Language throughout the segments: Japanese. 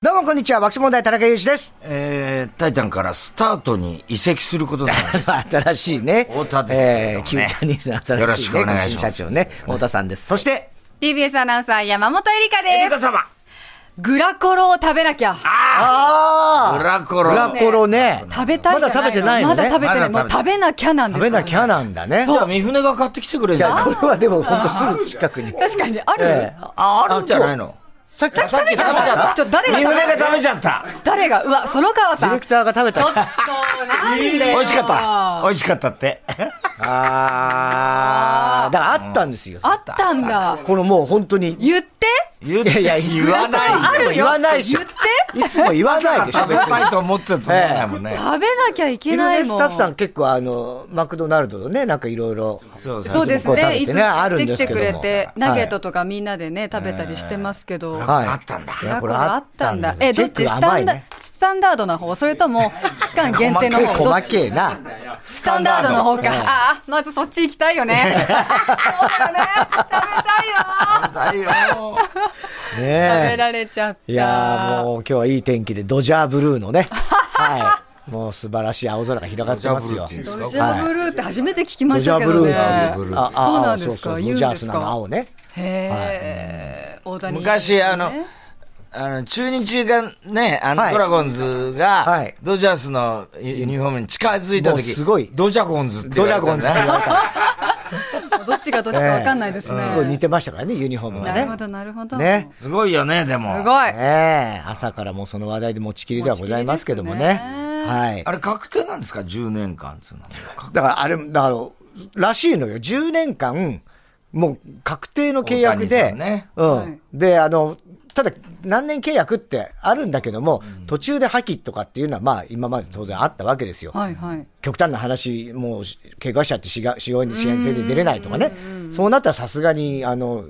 どうもこんにちは、爆笑問題田中裕二です。えー、タイタンからスタートに移籍することだ。新しいね。太田ですけどねえー、キューちゃん兄さん新しい、ね。よろしくお願いします新社長ね、太田さんです。そして、 TBS アナウンサー山本恵里香エリでカす。様グラコロを食べなきゃ。あグラコロ。グラコロね。食べたいじゃないのまだ食べてないのねまだ食べてない。まもだう食食べなきゃなんで食すべなきゃなんだね。じゃあ、三船が買ってきてくれるいや、これはでも本当すぐ近くに。確かに、ある、ええあ、あるんじゃないのさっき、さっき食べちゃっちょ、誰た。が三食船べが食べちゃった。誰が、うわ、園川デさィレん。クちターが食べたょっ。と、なんで美よ味しかった。美味しかったって。あー、だからあったんですよ。あったんだ。このもう本当に。言って言っいて、やいや、言わあないよ。るよ。言わないでしょ言っていつも言わないでしょ、食べ別に。たいと思ってると思わないもんね。食べなきゃいけ昼ない寝もスん。タッフさん結構あの、マクドナルドのね、なんかいろいろ。そうそうそうですいつもこう食べてね。いつもあ買っるんてできすてけくどもれて、ナゲッはトとかみんなでね、食べたりしてますけど。はいあったんだいグやラこコれロああっったたんんだだ。え、どっチェッちクス甘タいンねダ、スタンダードな方それとも、期間限定の方、どっ細ちけえな。スタンダードの方か。ああ、まずそっち行きた いよね。そうだよね。食べたいよ。だよ。ね食べられちゃった。え。いやーもう今日はいい天気で、ドジャーブルーのね。 はい。もう素晴らしい青空が広がってますよ。ドジャーブルーっていうんですドジャーブルーって初めて聞きまドしジャたーけブどルね。ーの。ああそうなんあですかそうそう言うんドですジャかースなの青ね。へえ、大谷。昔、あのね、 あの、中日がね、あはの、いドラゴンズはがい、ドジャースのユユニフォームに近づいたもう時、すごいドジャゴンズって言ドわジれャたゴンねズって言われた。どっちがどっちかわかんないですね。すごい似てましたからね、ユニフォームがなねるほ。ど、なるほど。ね。すごいよね、でも。すごい。ええ朝からもうその話題で持ちきりではございますけどもね。持ちきりですねはい。あれ確定なんですか ?10 年間っつうのは。だからあれ、だから、らしいのよ。10年間、もう確定の契約大谷で、さんねうん、はいで、あの、ただ、何年契約ってあるんだけども、途中で破棄とかっていうのは、まあ、今まで当然あったわけですよ。はい、はい。極端な話、もう、怪我しちゃって試合試合に試合に全然出れないとかね。そうなったらさすがに、あの、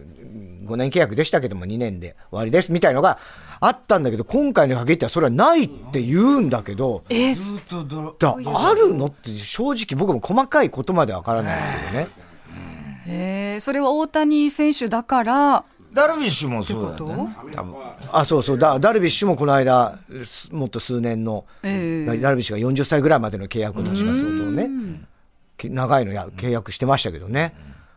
5年契約でしたけども、2年で終わりですみたいのがあったんだけど、今回に限ってはそれはないって言うんだけど、え、ずっとドロだあるのって正直僕も細かいことまでわからないですけどね。えー、それは大谷選手だから、ダルビッシュもそうだよね。多分。あ、そうそう。だダルビッシュもこの間、すもっと数年の、ええダルビッシュが40歳ぐらいまでの契約を確か相当ね、け長いのや契約してましたけどね。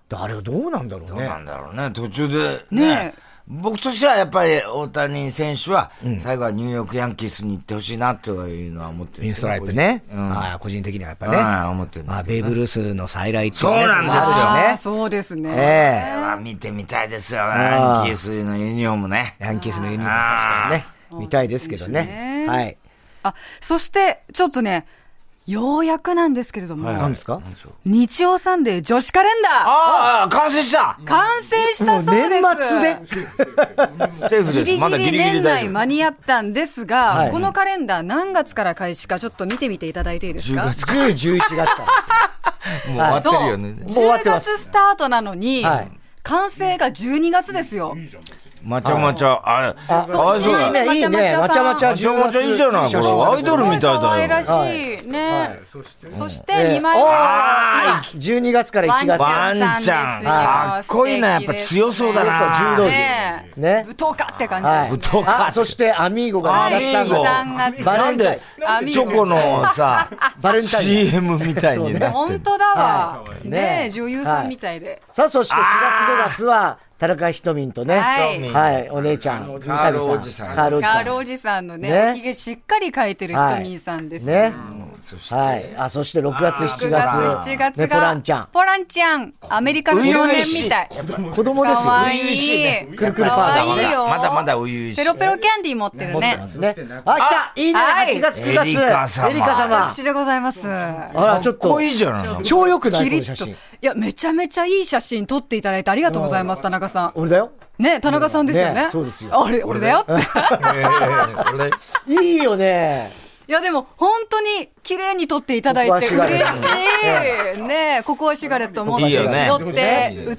だあれはどうなんだろうどうねな。んだろうね。途中でね。ねえ僕としてはやっぱり大谷選手は、最後はニューヨークヤンキースに行ってほしいなというのは思ってるんイでンスすトけどライプね。うんああ個人的にはやっぱはい、ね。思ってるんでまあ、すベけーどブ・ね。ルースの再来っていそうなんですよああるーしね。そうですね。えこれは見てみたいですよね。ああヤンキースのユニフォームね。えヤンキースのユニフォーム確かにね。見たいですけどね。ねはい。あ、そして、ちょっとね、ようやくなんですけれども、何ですか日曜サンデー女子カレンダああ、完成したー完成したもうそうです年末でセーフギです。リまだギギリギリリ年大内丈夫。間に合ったんですが、はいこのカレンダー何月から開始かちょっと見てみていただいていいですか10、11月から。もう終わってるよもねう。終わっ10てます月スタートなのに、はい完成が12月ですよ。まちゃまちゃ。 あ、あかわいそうだ。いいね、いいね。ままちちゃゃままちちゃゃまちゃまちゃいいじゃない、これ。アイドルみたい可だ愛よ。らしい。はいね、そして2枚目。ああ、12月から1月。ワンちゃん、かっこいいな、やっぱ強そうだ強そう柔道な。ねえね武闘家って感じはい。で す。太かったあそして、アミーゴがアねミラースゴタ三月バなレんンタイでン。、アミーチゴョコの さ、バレンタイン CM みたいになって本る。当だわ。はいねねえ女優さんみたいで。さあ、そして4月5月は、田中ひとみんとね。はいはい。お姉ちゃん。三上さんカールおじさんカールおじガさールおじさんのね、ねおひげしっかり描いてるひん。とみんさんです。はいね。そしてはい。あ、そして6月7 9月。月、7月が、ね、ポランちゃん。ポランちゃん、アメリカ少初々年しいみたい。子供ですかよ。わい初々しいねい。くるくるパかンダわもねいいよ。まだまだ初々しいペロペロキャンディー持ってねるね。。あ、来たいいねはい !8 月9月。エリカ様エリカ様拍。手でございます。あら、ちょっかっとこ。いいじゃ ない。超良くないこキリのッ写と。い真。や、めちゃめちゃいい写真撮っていただいてありがとうございます、田中さん。俺だよ。ね、田中さんですよねね。そうですよあれ、俺だよって。えー俺いいよね。いや、でも、本当に綺麗に撮っていただいて、ここはシガレ嬉ッしい。ねえここはシガレットもいいよね寄って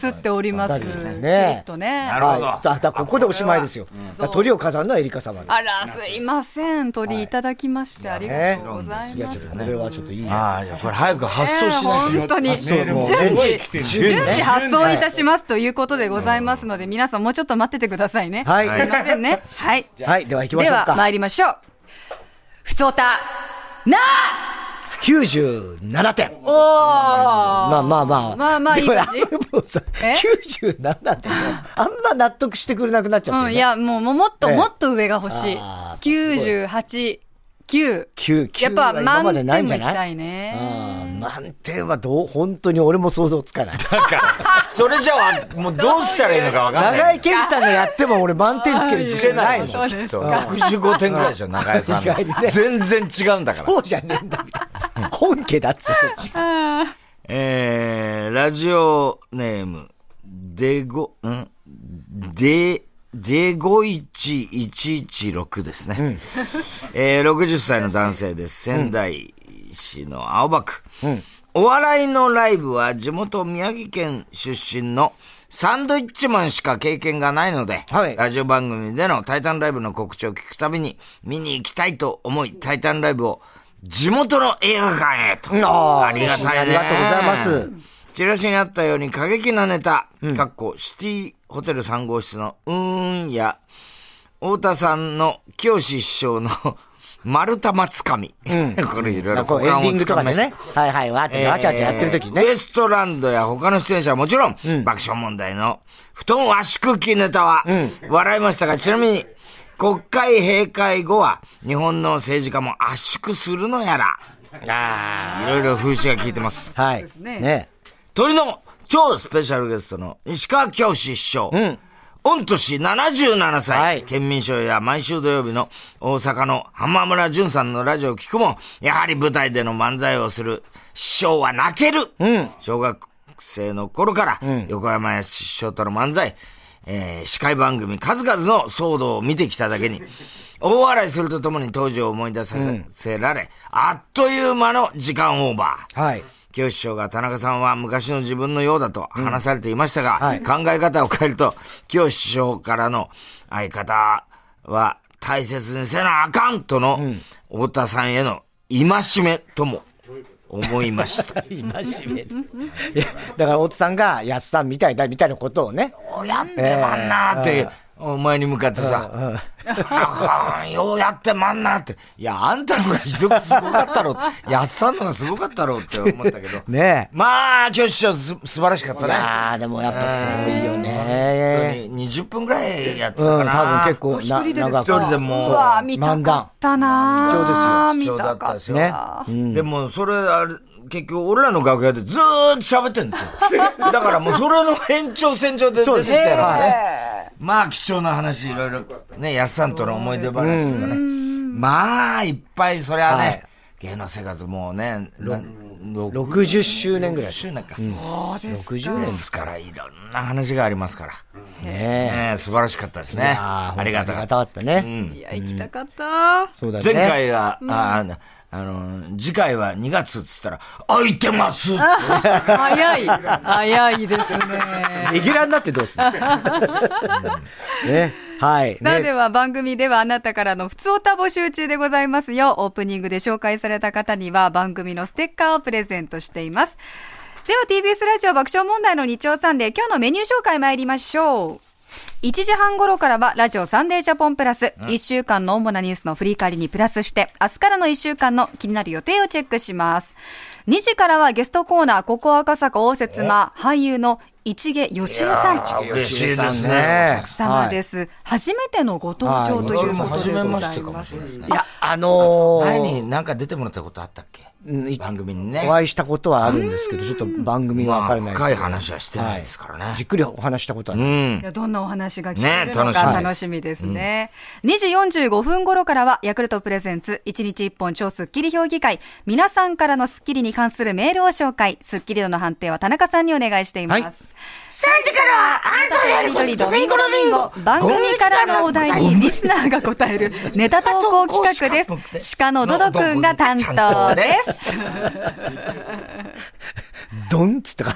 映っております。いいよねちょっとね。なるほどはいだからここでおしまいですよ。だから鳥を飾るのはエリカ様で。あら、すいません。鳥いただきまして、ありがとうございいや、まちすょっ。とこれはちょっといいね。ああ、いや、これ早く発送しないとねえ本当に発送もう順次全部順次発送いたしますということでございますので、皆さんもうちょっと待っててくださいね。はいすいませんね。はい。はい、では行きましでょうは、か。参りましょう。ふつおた、な97点。あおーまあまあまあ。まあまあいい感じでもねあのもうさ、え97点。あんま納得してくれなくなっちゃってうる、ん、ね。いや、もう、もうもっと、ええもっと上が欲しいあ。 98、9。 9、9やっぱは今ま満で点なもいんじゃ行きないたいね。うん満点はどう、本当に俺も想像つ かない。それじゃあ、もうどうしたらいいのかわかん長ない。井健さんがやっても俺満点つける自信ないもん。 そうです そう65点ぐらいでしょ、中井さん意外にねの。全然違うんだから。そうじゃねえんだみたいな。本家だってそっち。 えー、ラジオネーム、デゴ、んデ、デゴ11116ですね。 えー、60歳の男性です。仙台市の青葉区。お笑いのライブは地元宮城県出身のサンドイッチマンしか経験がないので、はいラジオ番組でのタイタンライブの告知を聞くたびに見に行きたいと思い、タイタンライブを地元の映画館へと。あーありがたいね。ありがとうございます。チラシにあったように過激なネタ、かっこシティホテル3号室のうーんや、太田さんの清志師匠の 丸玉つかみ。 これいろいろこう股エン間ディをングつとかかみまでしたね。。はいはい、わーってわちゃわちゃやってる時にねえーウエストランドや他の出演者はもちろん、爆笑問題の布団足クッキーネタは、笑いましたが、ちなみに、国会閉会後は、日本の政治家も圧縮するのやら、いろいろ風刺が効いてます。はい。すねね。鳥の超スペシャルゲストの石川教師師匠。うん。御年77歳、はい県民賞や毎週土曜日の大阪の浜村淳さんのラジオを聞くも、やはり舞台での漫才をする師匠は泣ける。小学生の頃から、横山や師匠との漫才、えー司会番組数々の騒動を見てきただけに、大笑いするとともに当時を思い出させられ、あっという間の時間オーバー。 はい。清志師匠が田中さんは昔の自分のようだと話されていましたが、はい考え方を変えると、清志師匠からの相方は大切にせなあかんとの、太田さんへの戒めとも思いました。今しめて。いや、だから、大津さんが、安さんみたいだ、みたいなことをね。、おやってまんなーって、お前に向かってさ、あかん、ようやってまんなーって、いや、あんたのがひどくすごかったろ、やっさんのがすごかったろって思ったけど ねえ。まあ、清志師匠す素晴らしかったね。ああ、でもやっぱすごいよ本ね。当に20分ぐらいやってたうかん、な。多分結構一人でですか長く一人でもそううわー見た漫か談っ。たなー貴重見だたったかでっすた。よ。ねでも、それ、あれ、結局、俺らの楽屋でずーっと喋ってるんで すよ。だからもう、それの延長線上で出てきたよね。まあ、貴重な話、いろいろ、ね、やっさんとの思い出話とかね。まあ、いっぱい、そりゃね、はい芸能生活もうね、6 60周年ぐらい。周年か。 60で年すから、いろんな話がありますから。ね。ね、素晴らしかったですね。ありがたかかっ。ったた。ありがたかったね。いや、行きたかった。そうだね。前回は、ああのあの、次回は2月っつったら、空いてますって早い。早いですね。レギュラーになってどう するね。はい。さあでね。は番組ではあなたからの普通歌募集中でございますよ。オープニングで紹介された方には番組のステッカーをプレゼントしています。では TBS ラジオ爆笑問題の日曜サンデー今日のメニュー紹介参りましょう。1時半頃からはラジオサンデージャポンプラス、1週間の主なニュースの振り返りにプラスして、明日からの1週間の気になる予定をチェックします。2時からはゲストコーナー、ここ赤坂応接間、俳優の市毛義雄さん。嬉しいですねね。お客様です、初めてのご登場ということでございます。れない。いや、あのー前になんか出てもらったことあったっけうんい番組にね。お会いしたことはあるんですけど、ちょっと番組はわからないですけどまあ深い話はしてないですからねはじっくりお話したことはうない。んい。やどんなお話が聞けるねの楽しみかです楽しみですね。2時45分頃からは、ヤクルトプレゼンツ、1日1本超スッキリ評議会、皆さんからのスッキリに関するメールを紹介、スッキリ度の判定は田中さんにお願いしています。はい3時からは、あなドミンゴドミンゴ番組からのお題にリスナーが答えるネタ投稿企画です。鹿のドドくんが担当です。 ドンっつって感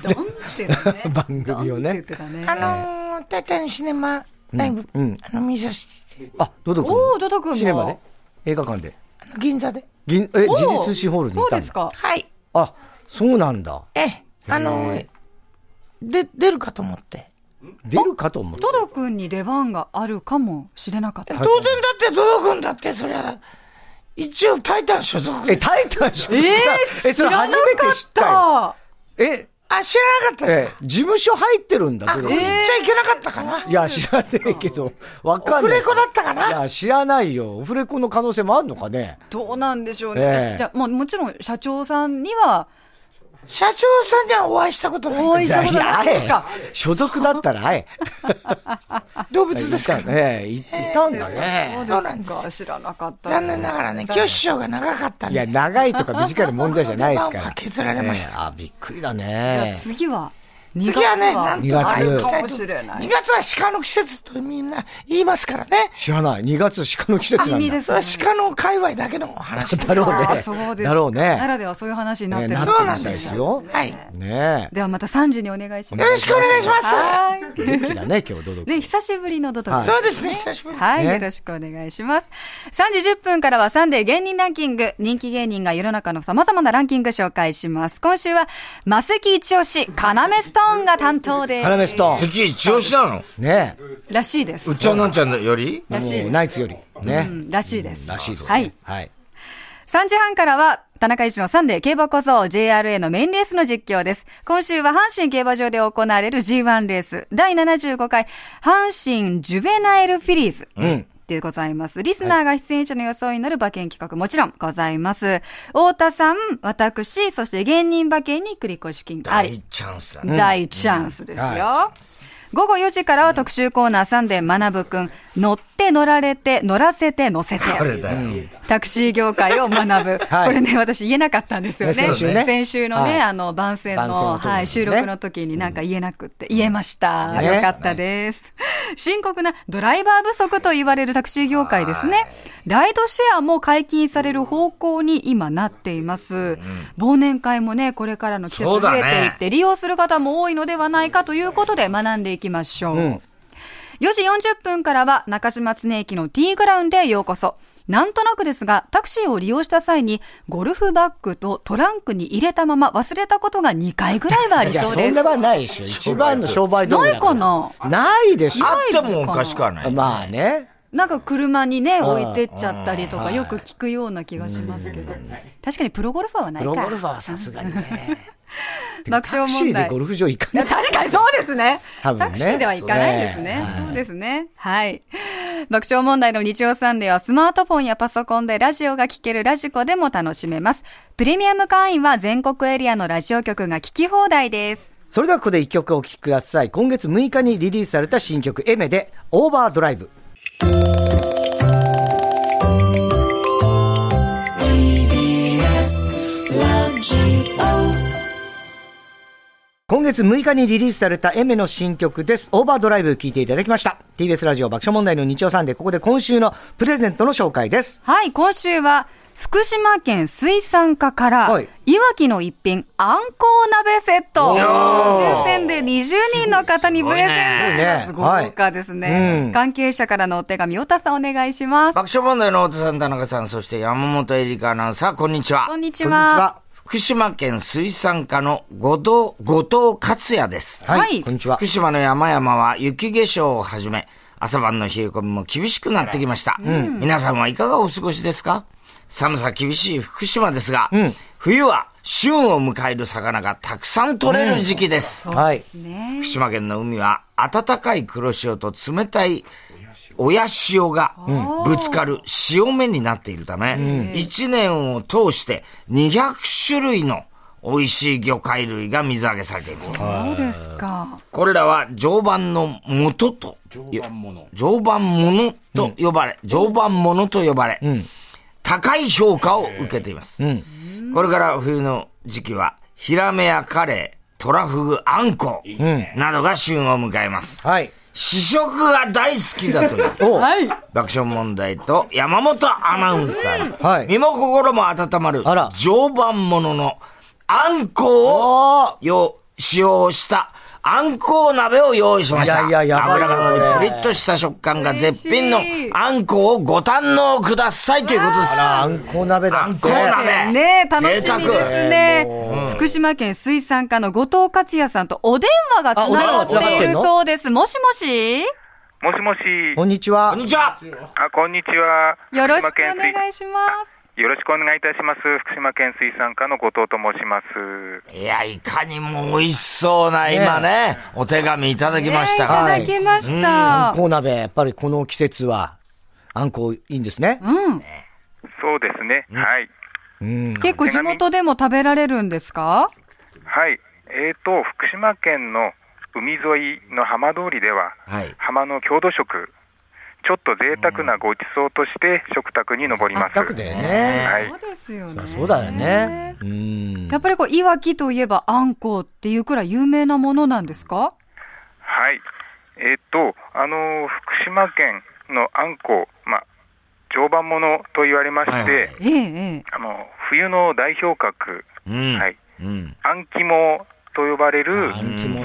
じ。 番組をね。あのー、大体のシネマライブ、あの、見させて、あ、ドド君。おードド君もシネマで映画館で。あの銀座で。銀、え、お自立誌ホールに行そっうたでんすだ。か。はい。あ、そうなんだ。ええ、あのー、で、出るかと思って。出るかと思ったド。ドくんに出番があるかもしれなかっ当た。然だって、ドド君だって、そりゃ、一応タイタン所属え、です。タイタン所え属だー、知らなかよった。え、あ、知らなかったですえか、事務所入ってるんだ、あ、そこれこ行っちゃいけなかったかないや、知らねえけど、わかんない。オフレコだったかないや、知らないよ。オフレコの可能性もあるのかね。どうなんでしょうえね。えじゃあ、まあもちろん社長さんには社長さんにはお会いしたことおな会いいしたことないやでいすやか。ええ所属だったら、はい。動物ですかいたええいいたんだね。そそううななんんでですすか。よ知らなかった。残念ながらね、清志師匠が長かったんいや、で、長いとか短いの問題じゃないですか僕の出番らは。削られましたええあ、びっくりだじゃあね。次は2月次はね、なん二とか月行きあたるかいもと。しれない2。月は鹿の季節とみんな言いますからね。知らない。2月鹿の季節なん耳だで。そすれねは。鹿の界隈だけのお話 ですだろうねあーそうです。だろうね奈良ではそういう話になってるねんなでってすそうねなるんんでですすよ。よはい。ねではまた3時にお願いします。よろしくお願いします。はえ。ーい。元気だ ね、今日、ドド君ね、久しぶりのドトはいですそうですね、久しぶりです。はい、ねよろしくお願いします。3時10分からはサンデー芸人ランキング、人気芸人が世の中の様々なランキング紹介します。今週は、マセキ一押し、カナメストーンが担当で花す。メストー関一押しなのン。ねらしいですう。っちゃんなんちゃんよりらしいえ。もうです。ナイツより。ねう。ん、らしいです。らしいですね。はい。はい。 3時半からは、田中一のサンデー競馬こそ JRA のメインレースの実況です。今週は阪神競馬場で行われる G1 レース、第75回、阪神ジュベナイルフィリーズ。でございます。リスナーが出演者の予想に乗る馬券企画もちろんございます。太田さん、私、そして芸人馬券に繰越し金あ大。りチャンスだね。大チャンスですよ。はい午後4時からは特集コーナーサンデー学ぶくん、乗って乗られて、乗らせて乗せて。これだよ。タクシー業界を学ぶ。 はいこれね、私言えなかったんですよね。先週ね先週のね、はいあの、番宣番の宣の時にねはい、収録の時になんか言えなくって、言えました。ねよかったです。深刻なドライバー不足と言われるタクシー業界ですね。ライドシェアも解禁される方向に今なっています。忘年会もね、これからの季節そう増だえねていって、利用する方も多いのではないかということで学んでいきましょう。4時40分からは中島常駅の T グラウンドへようこそ。なんとなくですが、タクシーを利用した際に、ゴルフバッグとトランクに入れたまま忘れたことが2回ぐらいはありいや、そうそでんす。な場ないでしょ。一番の商売道具だらないないでしあょ。ってもおかしくはない。まあね。なんか車にね、ん置いてっちゃったりとか、よく聞くような気がしますけど。確かにプロゴルファーはないプか。ロゴルファーはさすがにね。爆タ笑クシ問ーで題ゴ。ルフ場行かない。確かにそうですね。多分ねタクシーでは行かないですそね。うねそうですね。はい。爆笑問題の日曜サンデーはスマートフォンやパソコンでラジオが聴けるラジコでも楽しめます。プレミアム会員は全国エリアのラジオ局が聞き放題です。それではここで一曲お聴きください。今月6日にリリースされた新曲、エメで、オーバードライブ。今月6日にリリースされたエメの新曲です。オーバードライブ聴いていただきました。TBS ラジオ爆笑問題の日曜サンデー、ここで今週のプレゼントの紹介です。はい、今週は福島県水産課から、はいいわきの一品、あんこう鍋セット。抽選で20人の方にプレゼントします。す豪ごいねはい華ですね、うん関係者からのお手紙、太田さんお願いします。爆笑問題の太田さん、田中さん、そして山本エリカアナウンサー、こんにちは。こんにちこんにちは。は。福島県水産課の後藤、後藤克也です。はい。はいこんにちは福。島の山々は雪化粧をはじめ、朝晩の冷え込みも厳しくなってきました。皆さんはいかがお過ごしですか寒さ厳しい福島ですが、冬は旬を迎える魚がたくさん取れる時期です。はい。ね福島県の海は暖かい黒潮と冷たい親潮がぶつかる潮目になっているため、一年を通して200種類の美味しい魚介類が水揚げされている。そうですか。これらは常磐の元と、常磐物と呼ばれ、常磐物と呼ばれ、高い評価を受けています。これから冬の時期は、ヒラメやカレー、トラフグ、アンコウなどが旬を迎えます。はい。試食が大好きだという。おうはい。爆笑問題と山本アナウンサーの、はい身も心も温まるあら常磐もののあんこおをよ使用したあんこう鍋を用意しました。いやいややばい油よがのりプリッとした食感が絶品の嬉しいあんこをご堪能くださいということです。ああんこ鍋だって。あんこ鍋ねえ、楽しみ贅ですね。福島県水産課の後藤克也さんとお電話が繋があお電話がってい繋がってんるのそうです。もしもしもしもし。 こんにちはこん。にちは。あ、こんにちは。よろしく福島お県水願いします。よろしくお願いいたします。福島県水産課の後藤と申します。いや、いかにも美味しそうな今ね、お手紙いただきましたが。ねえいただきましあたん。こ鍋、やっぱりこの季節は、あんこいいんですね。うん。そうですね。はい。うん。結構地元でも食べられるんですかはい。えーと、福島県の海沿いの浜通りでは、はい。浜の郷土食、ちょっと贅沢なご馳走として食卓に上ります。全くだよね。はいそう。ですよそりね。ゃそうだよね。うん。やっぱりこう、いわきといえばあんこうっていうくらい有名なものなんですかはい。えーっと、あのー福島県のあんこう、まあ、常磐ものと言われまして、はいはいええ、ええ。あの、冬の代表格、うん。はい。うん。あん肝と呼ばれるあん肝肝ね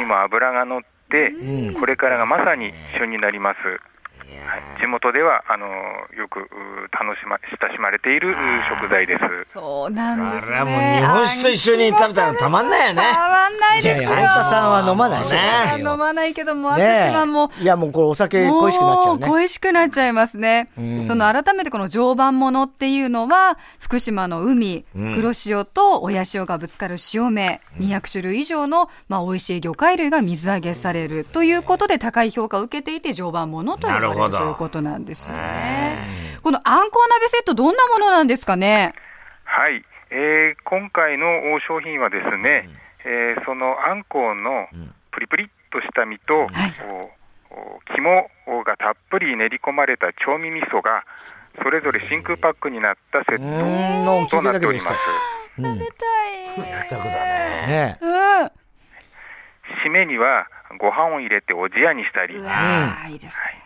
にも油が乗って、これからがまさに旬になります。はい地元ではあのよくう楽しま親しまれているう食材です。そうなんですね。あれはもう日本酒と一緒に食べたらたまんないよねあんこたまんないいでやすいよ。や、あんたさんは飲まないでしょねあね飲まないけども、私はもう、いや、もうこれお酒恋しくなっちゃうもうね。恋しくなっちゃいますね。その改めてこの常磐ものっていうのは、福島の海、黒潮と親潮がぶつかる潮目、200種類以上の、まあ、美味しい魚介類が水揚げされるということで高い評価を受けていて常磐ものと呼ばれなるほるどということなんですよね。このあんこう鍋セットどんなものなんですかねはい、えー今回のお商品はですね、えーそのあんこうのプリプリっとした身と、おお肝がたっぷり練り込まれた調味味噌がそれぞれ真空パックになったセうッーん、のト聞いたとなだってけおでりします。食べたい。全くだね。た。ねうん。締めにはご飯を入れておじやにしたり、ううわーいいですね。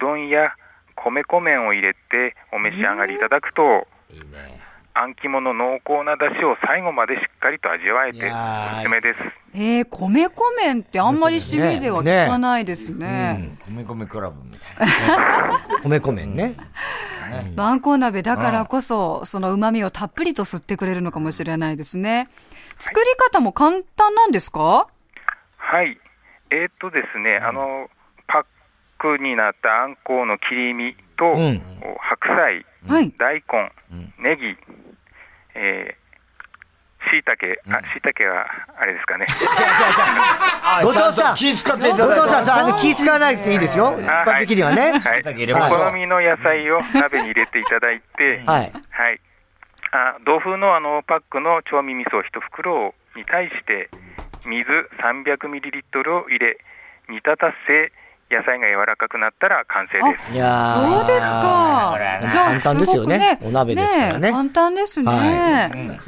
どんや米粉麺を入れてお召し上がりいただくと、いいね。あん肝の濃厚な出汁を最後までしっかりと味わえいてやーおすすめです。えー、米粉麺ってあんまり締めでは聞かないですね。米米クラブみたい米米ね。万光鍋だからこそ、その旨味をたっぷりと吸ってくれるのかもしれないですね。作り方も簡単なんですかはい。えー、っとですね、あのパックになったあんこうの切り身と、んお白菜、はい。大根、ネギ、えー、しいたけ、あ、しいたけはあれですかね。な。後藤さんちゃと気遣ってい後ただいて。藤さんさ、あの気使わなくていいですよ。一般的にはね。、はい、椎茸入れましょうお好みの野菜を鍋に入れていただいてはい。はい。あ豆腐のあのパックの調味味噌一袋に対して水300ミリリットルを入れ煮立たせ野菜が柔らかくなったら完成です。いやーそうですか。じゃ簡あ、単ですよねすごくお鍋ですからねえ簡単ですね。は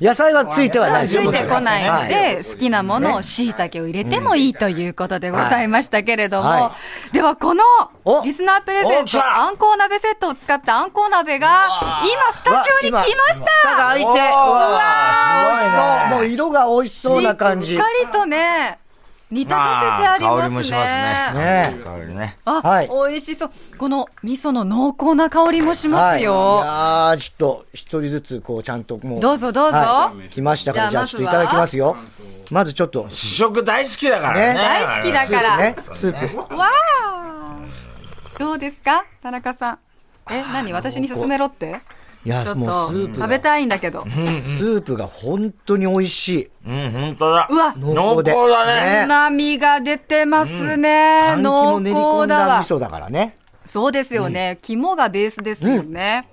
野菜はついてはないついてこないのはで、好きなものを椎茸を入れてもいいということでございましたけれども、はいはではこのおリスナープレゼおン来たト、あんこう鍋セットを使ったあんこう鍋が、今スタジオに来まし蓋がた開いて、おーうわーすもごう色が美味しそうな感じ。しっねかりとね、煮立たせてありまあ香ますね。りもしますねえ。香りね。あ、はい美味しそう。この味噌の濃厚な香りもしますよ。はい、いやーちょっと、一人ずつ、こう、ちゃんともう。どうぞどうぞはい来ましたから、じじゃゃああちょっといただきますよ。まずちょっと、ね、試食大好きだからね。ね大好きだからスープ。わあどうですか田中さん。え、何私に勧めろっていやちょっもとうスープが食べたいんだけど。スープが本当に美味しい。うん、本当だ。うわ濃厚でだね。うまみが出てますね。あん濃も練り込厚んだだわ味。噌だからね。そうですよね。肝がベースですよね。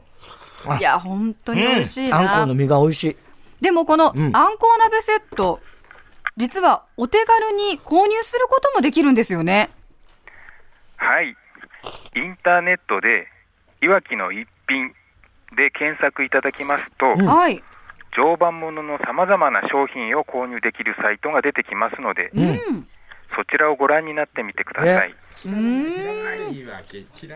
いや、本当に美味しいあんこなの。身が美味しい。でもこのあんこう鍋セット、実はお手軽に購入することもできるんですよね。はい。インターネットで、いわきの一品で検索いただきますと、はい。常磐もののさまざまな商品を購入できるサイトが出てきますので、そちらをご覧になってみてください。ひ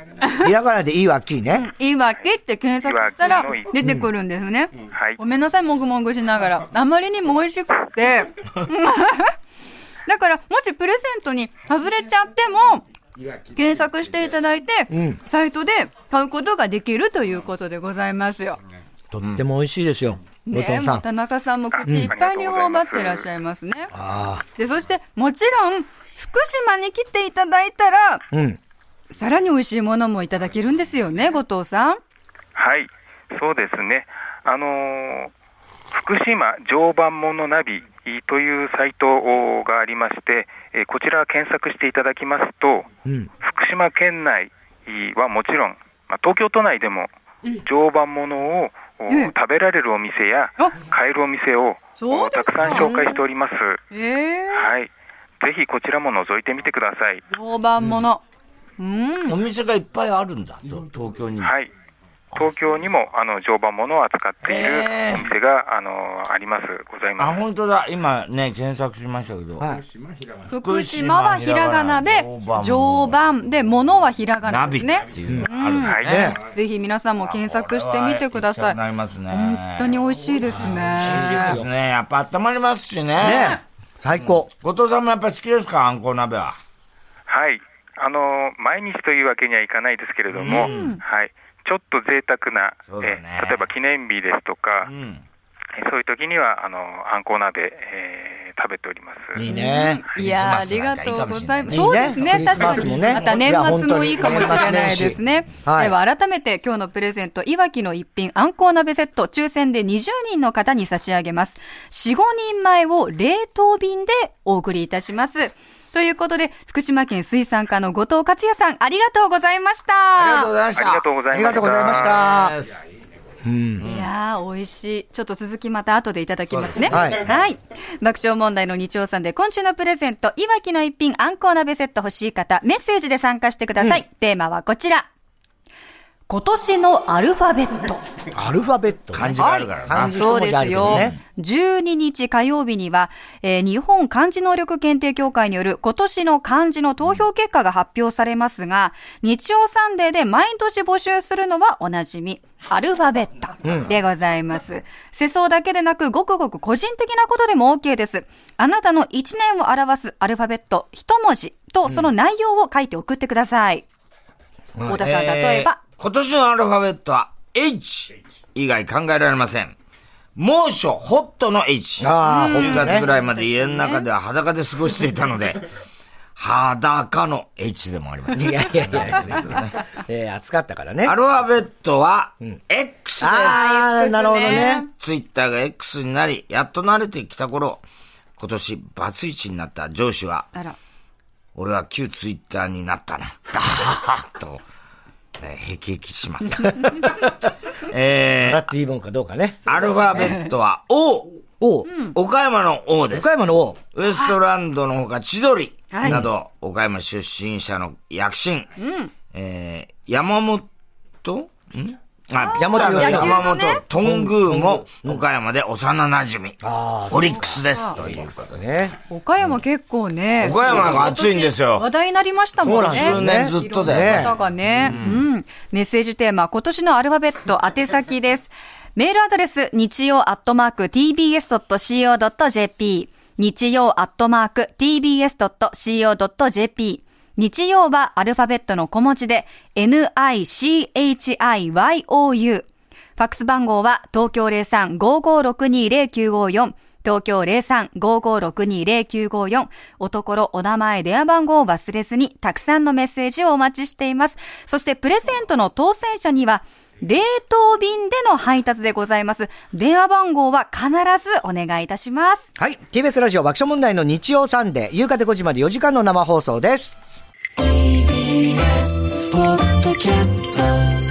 らがなでいいわ、きいね。今、けって検索したらいわきの出てくるんですね。はいご。めんなさい、もぐもぐしながら。あまりにも美味しくて。 だから、もしプレゼントに外れちゃっても、検索していただいて、サイトで買うことができるということでございますよ。とっても美味しいですよ。後ね藤さ。もうん田中さんも口いっぱいに頬張ってらっしゃいますね。あで、そして、もちろん、福島に来ていただいたら、あ。うん。さらに美味しいものもいただけるんですよね、後藤さん。はい、そうですね。あのー福島常磐ものナビというサイトがありまして、えーこちら検索していただきますと、ん福島県内はもちろん、まあ、東京都内でも常磐ものをおええ食べられるお店やあ買えるお店をそおうでたすかくさん紹介しております。ええはい、ぜひこちらも覗いてみてください。ー、評判もの。うん。お店がいっぱいあるんだ、と東京にも。はい。東京にもあの常磐ものを扱っているえーお店が、あのありますございあ、ます。本当だ。今ね、検索しましたけど。はい。福島はひらがなで、常磐で、ものはひらがなナでビすっね。ていうのがあるんだはい。ね。ぜひ皆さんも検索してみてください。これは行きたくなりますね。本当に美味しいですいいでね。すね。やっぱ温まりますしね。ねえ最高。後藤さんもやっぱ好きですかあんこう鍋は。はい。あの毎日というわけにはいかないですけれども、はい。ちょっと贅沢な、そうだねえ例えば記念日ですとか、うん。えそういう時には、あのあんこう鍋、えー食べております。いいね。いやーあクリりスマスながんかいいとかうもごしれないねざいます。そうですいいね、ね確かクリスマスもに。ねまた年末もいいかもしれないですね。はいでは改めて今日のプレゼント、いわきの一品、あんこう鍋セット、抽選で20人の方に差し上げます。4、5人前を冷凍便でお送りいたします。ということで、福島県水産課の後藤克也さん、ありがとうございました。ありがとうございましあた。りがとうござあいまりがした。とうございました。す。いやー、美味しい。ちょっと続きまた後でいただきますね。そうですねはい。爆笑問題の日曜さんで今週のプレゼント、いわきの一品あんこう鍋セット欲しい方、メッセージで参加してください。テーマはこちら。今年のアルファベット。アルファベットね。漢字があるからはな。い漢字そうですよ。12日火曜日には、えー日本漢字能力検定協会による今年の漢字の投票結果が発表されますが、日曜サンデーで毎年募集するのはおなじみ、アルファベットでございます。世相だけでなく、ごくごく個人的なことでも OK です。あなたの1年を表すアルファベット一文字とその内容を書いて送ってください。太田さん、えー例えば、今年のアルファベットは H 以外考えられません。猛暑、ホットの H。あーホ10月ぐらいまで家の中では裸で過ごしていたの で、裸の H でもありま す。いやいやいや。えー、暑かったからね。アルファベットは X です。あー、なるほどね。ツイッターが X になり、やっと慣れてきた頃、今年バツイチになった上司は、あら、俺は旧ツイッターになった な。と、えー、へきへきします。 え笑っていいもんかどうかね。ー、アルファベットは O、おう岡山の O です岡。山の王。ウエストランドのほか千鳥など、岡山出身者の躍進、えー、山本んあ、山本由伸山本、トングーも、岡山で幼馴染。オリックスです。ということで。ね。岡山結構ね。岡山が暑いんですよ話題になりましたもんね。そうな数んです年ずっとで。ね方がね、うん、メッセージテーマ、今年のアルファベット宛先です。メールアドレス、日曜アットマーク tbs.co.jp。日曜アットマーク tbs.co.jp。日曜はアルファベットの小文字で、nichiou。ファックス番号は東京03-5562-0954東京03-5562-0954おところお名前電話番号を忘れずにたくさんのメッセージをお待ちしていますそしてプレゼントの当選者には冷凍便での配達でございます。電話番号は必ずお願いいたします。はい。TBS ラジオ爆笑問題の日曜サンデー、夕方5時まで4時間の生放送です。 TBS ポッドキャスト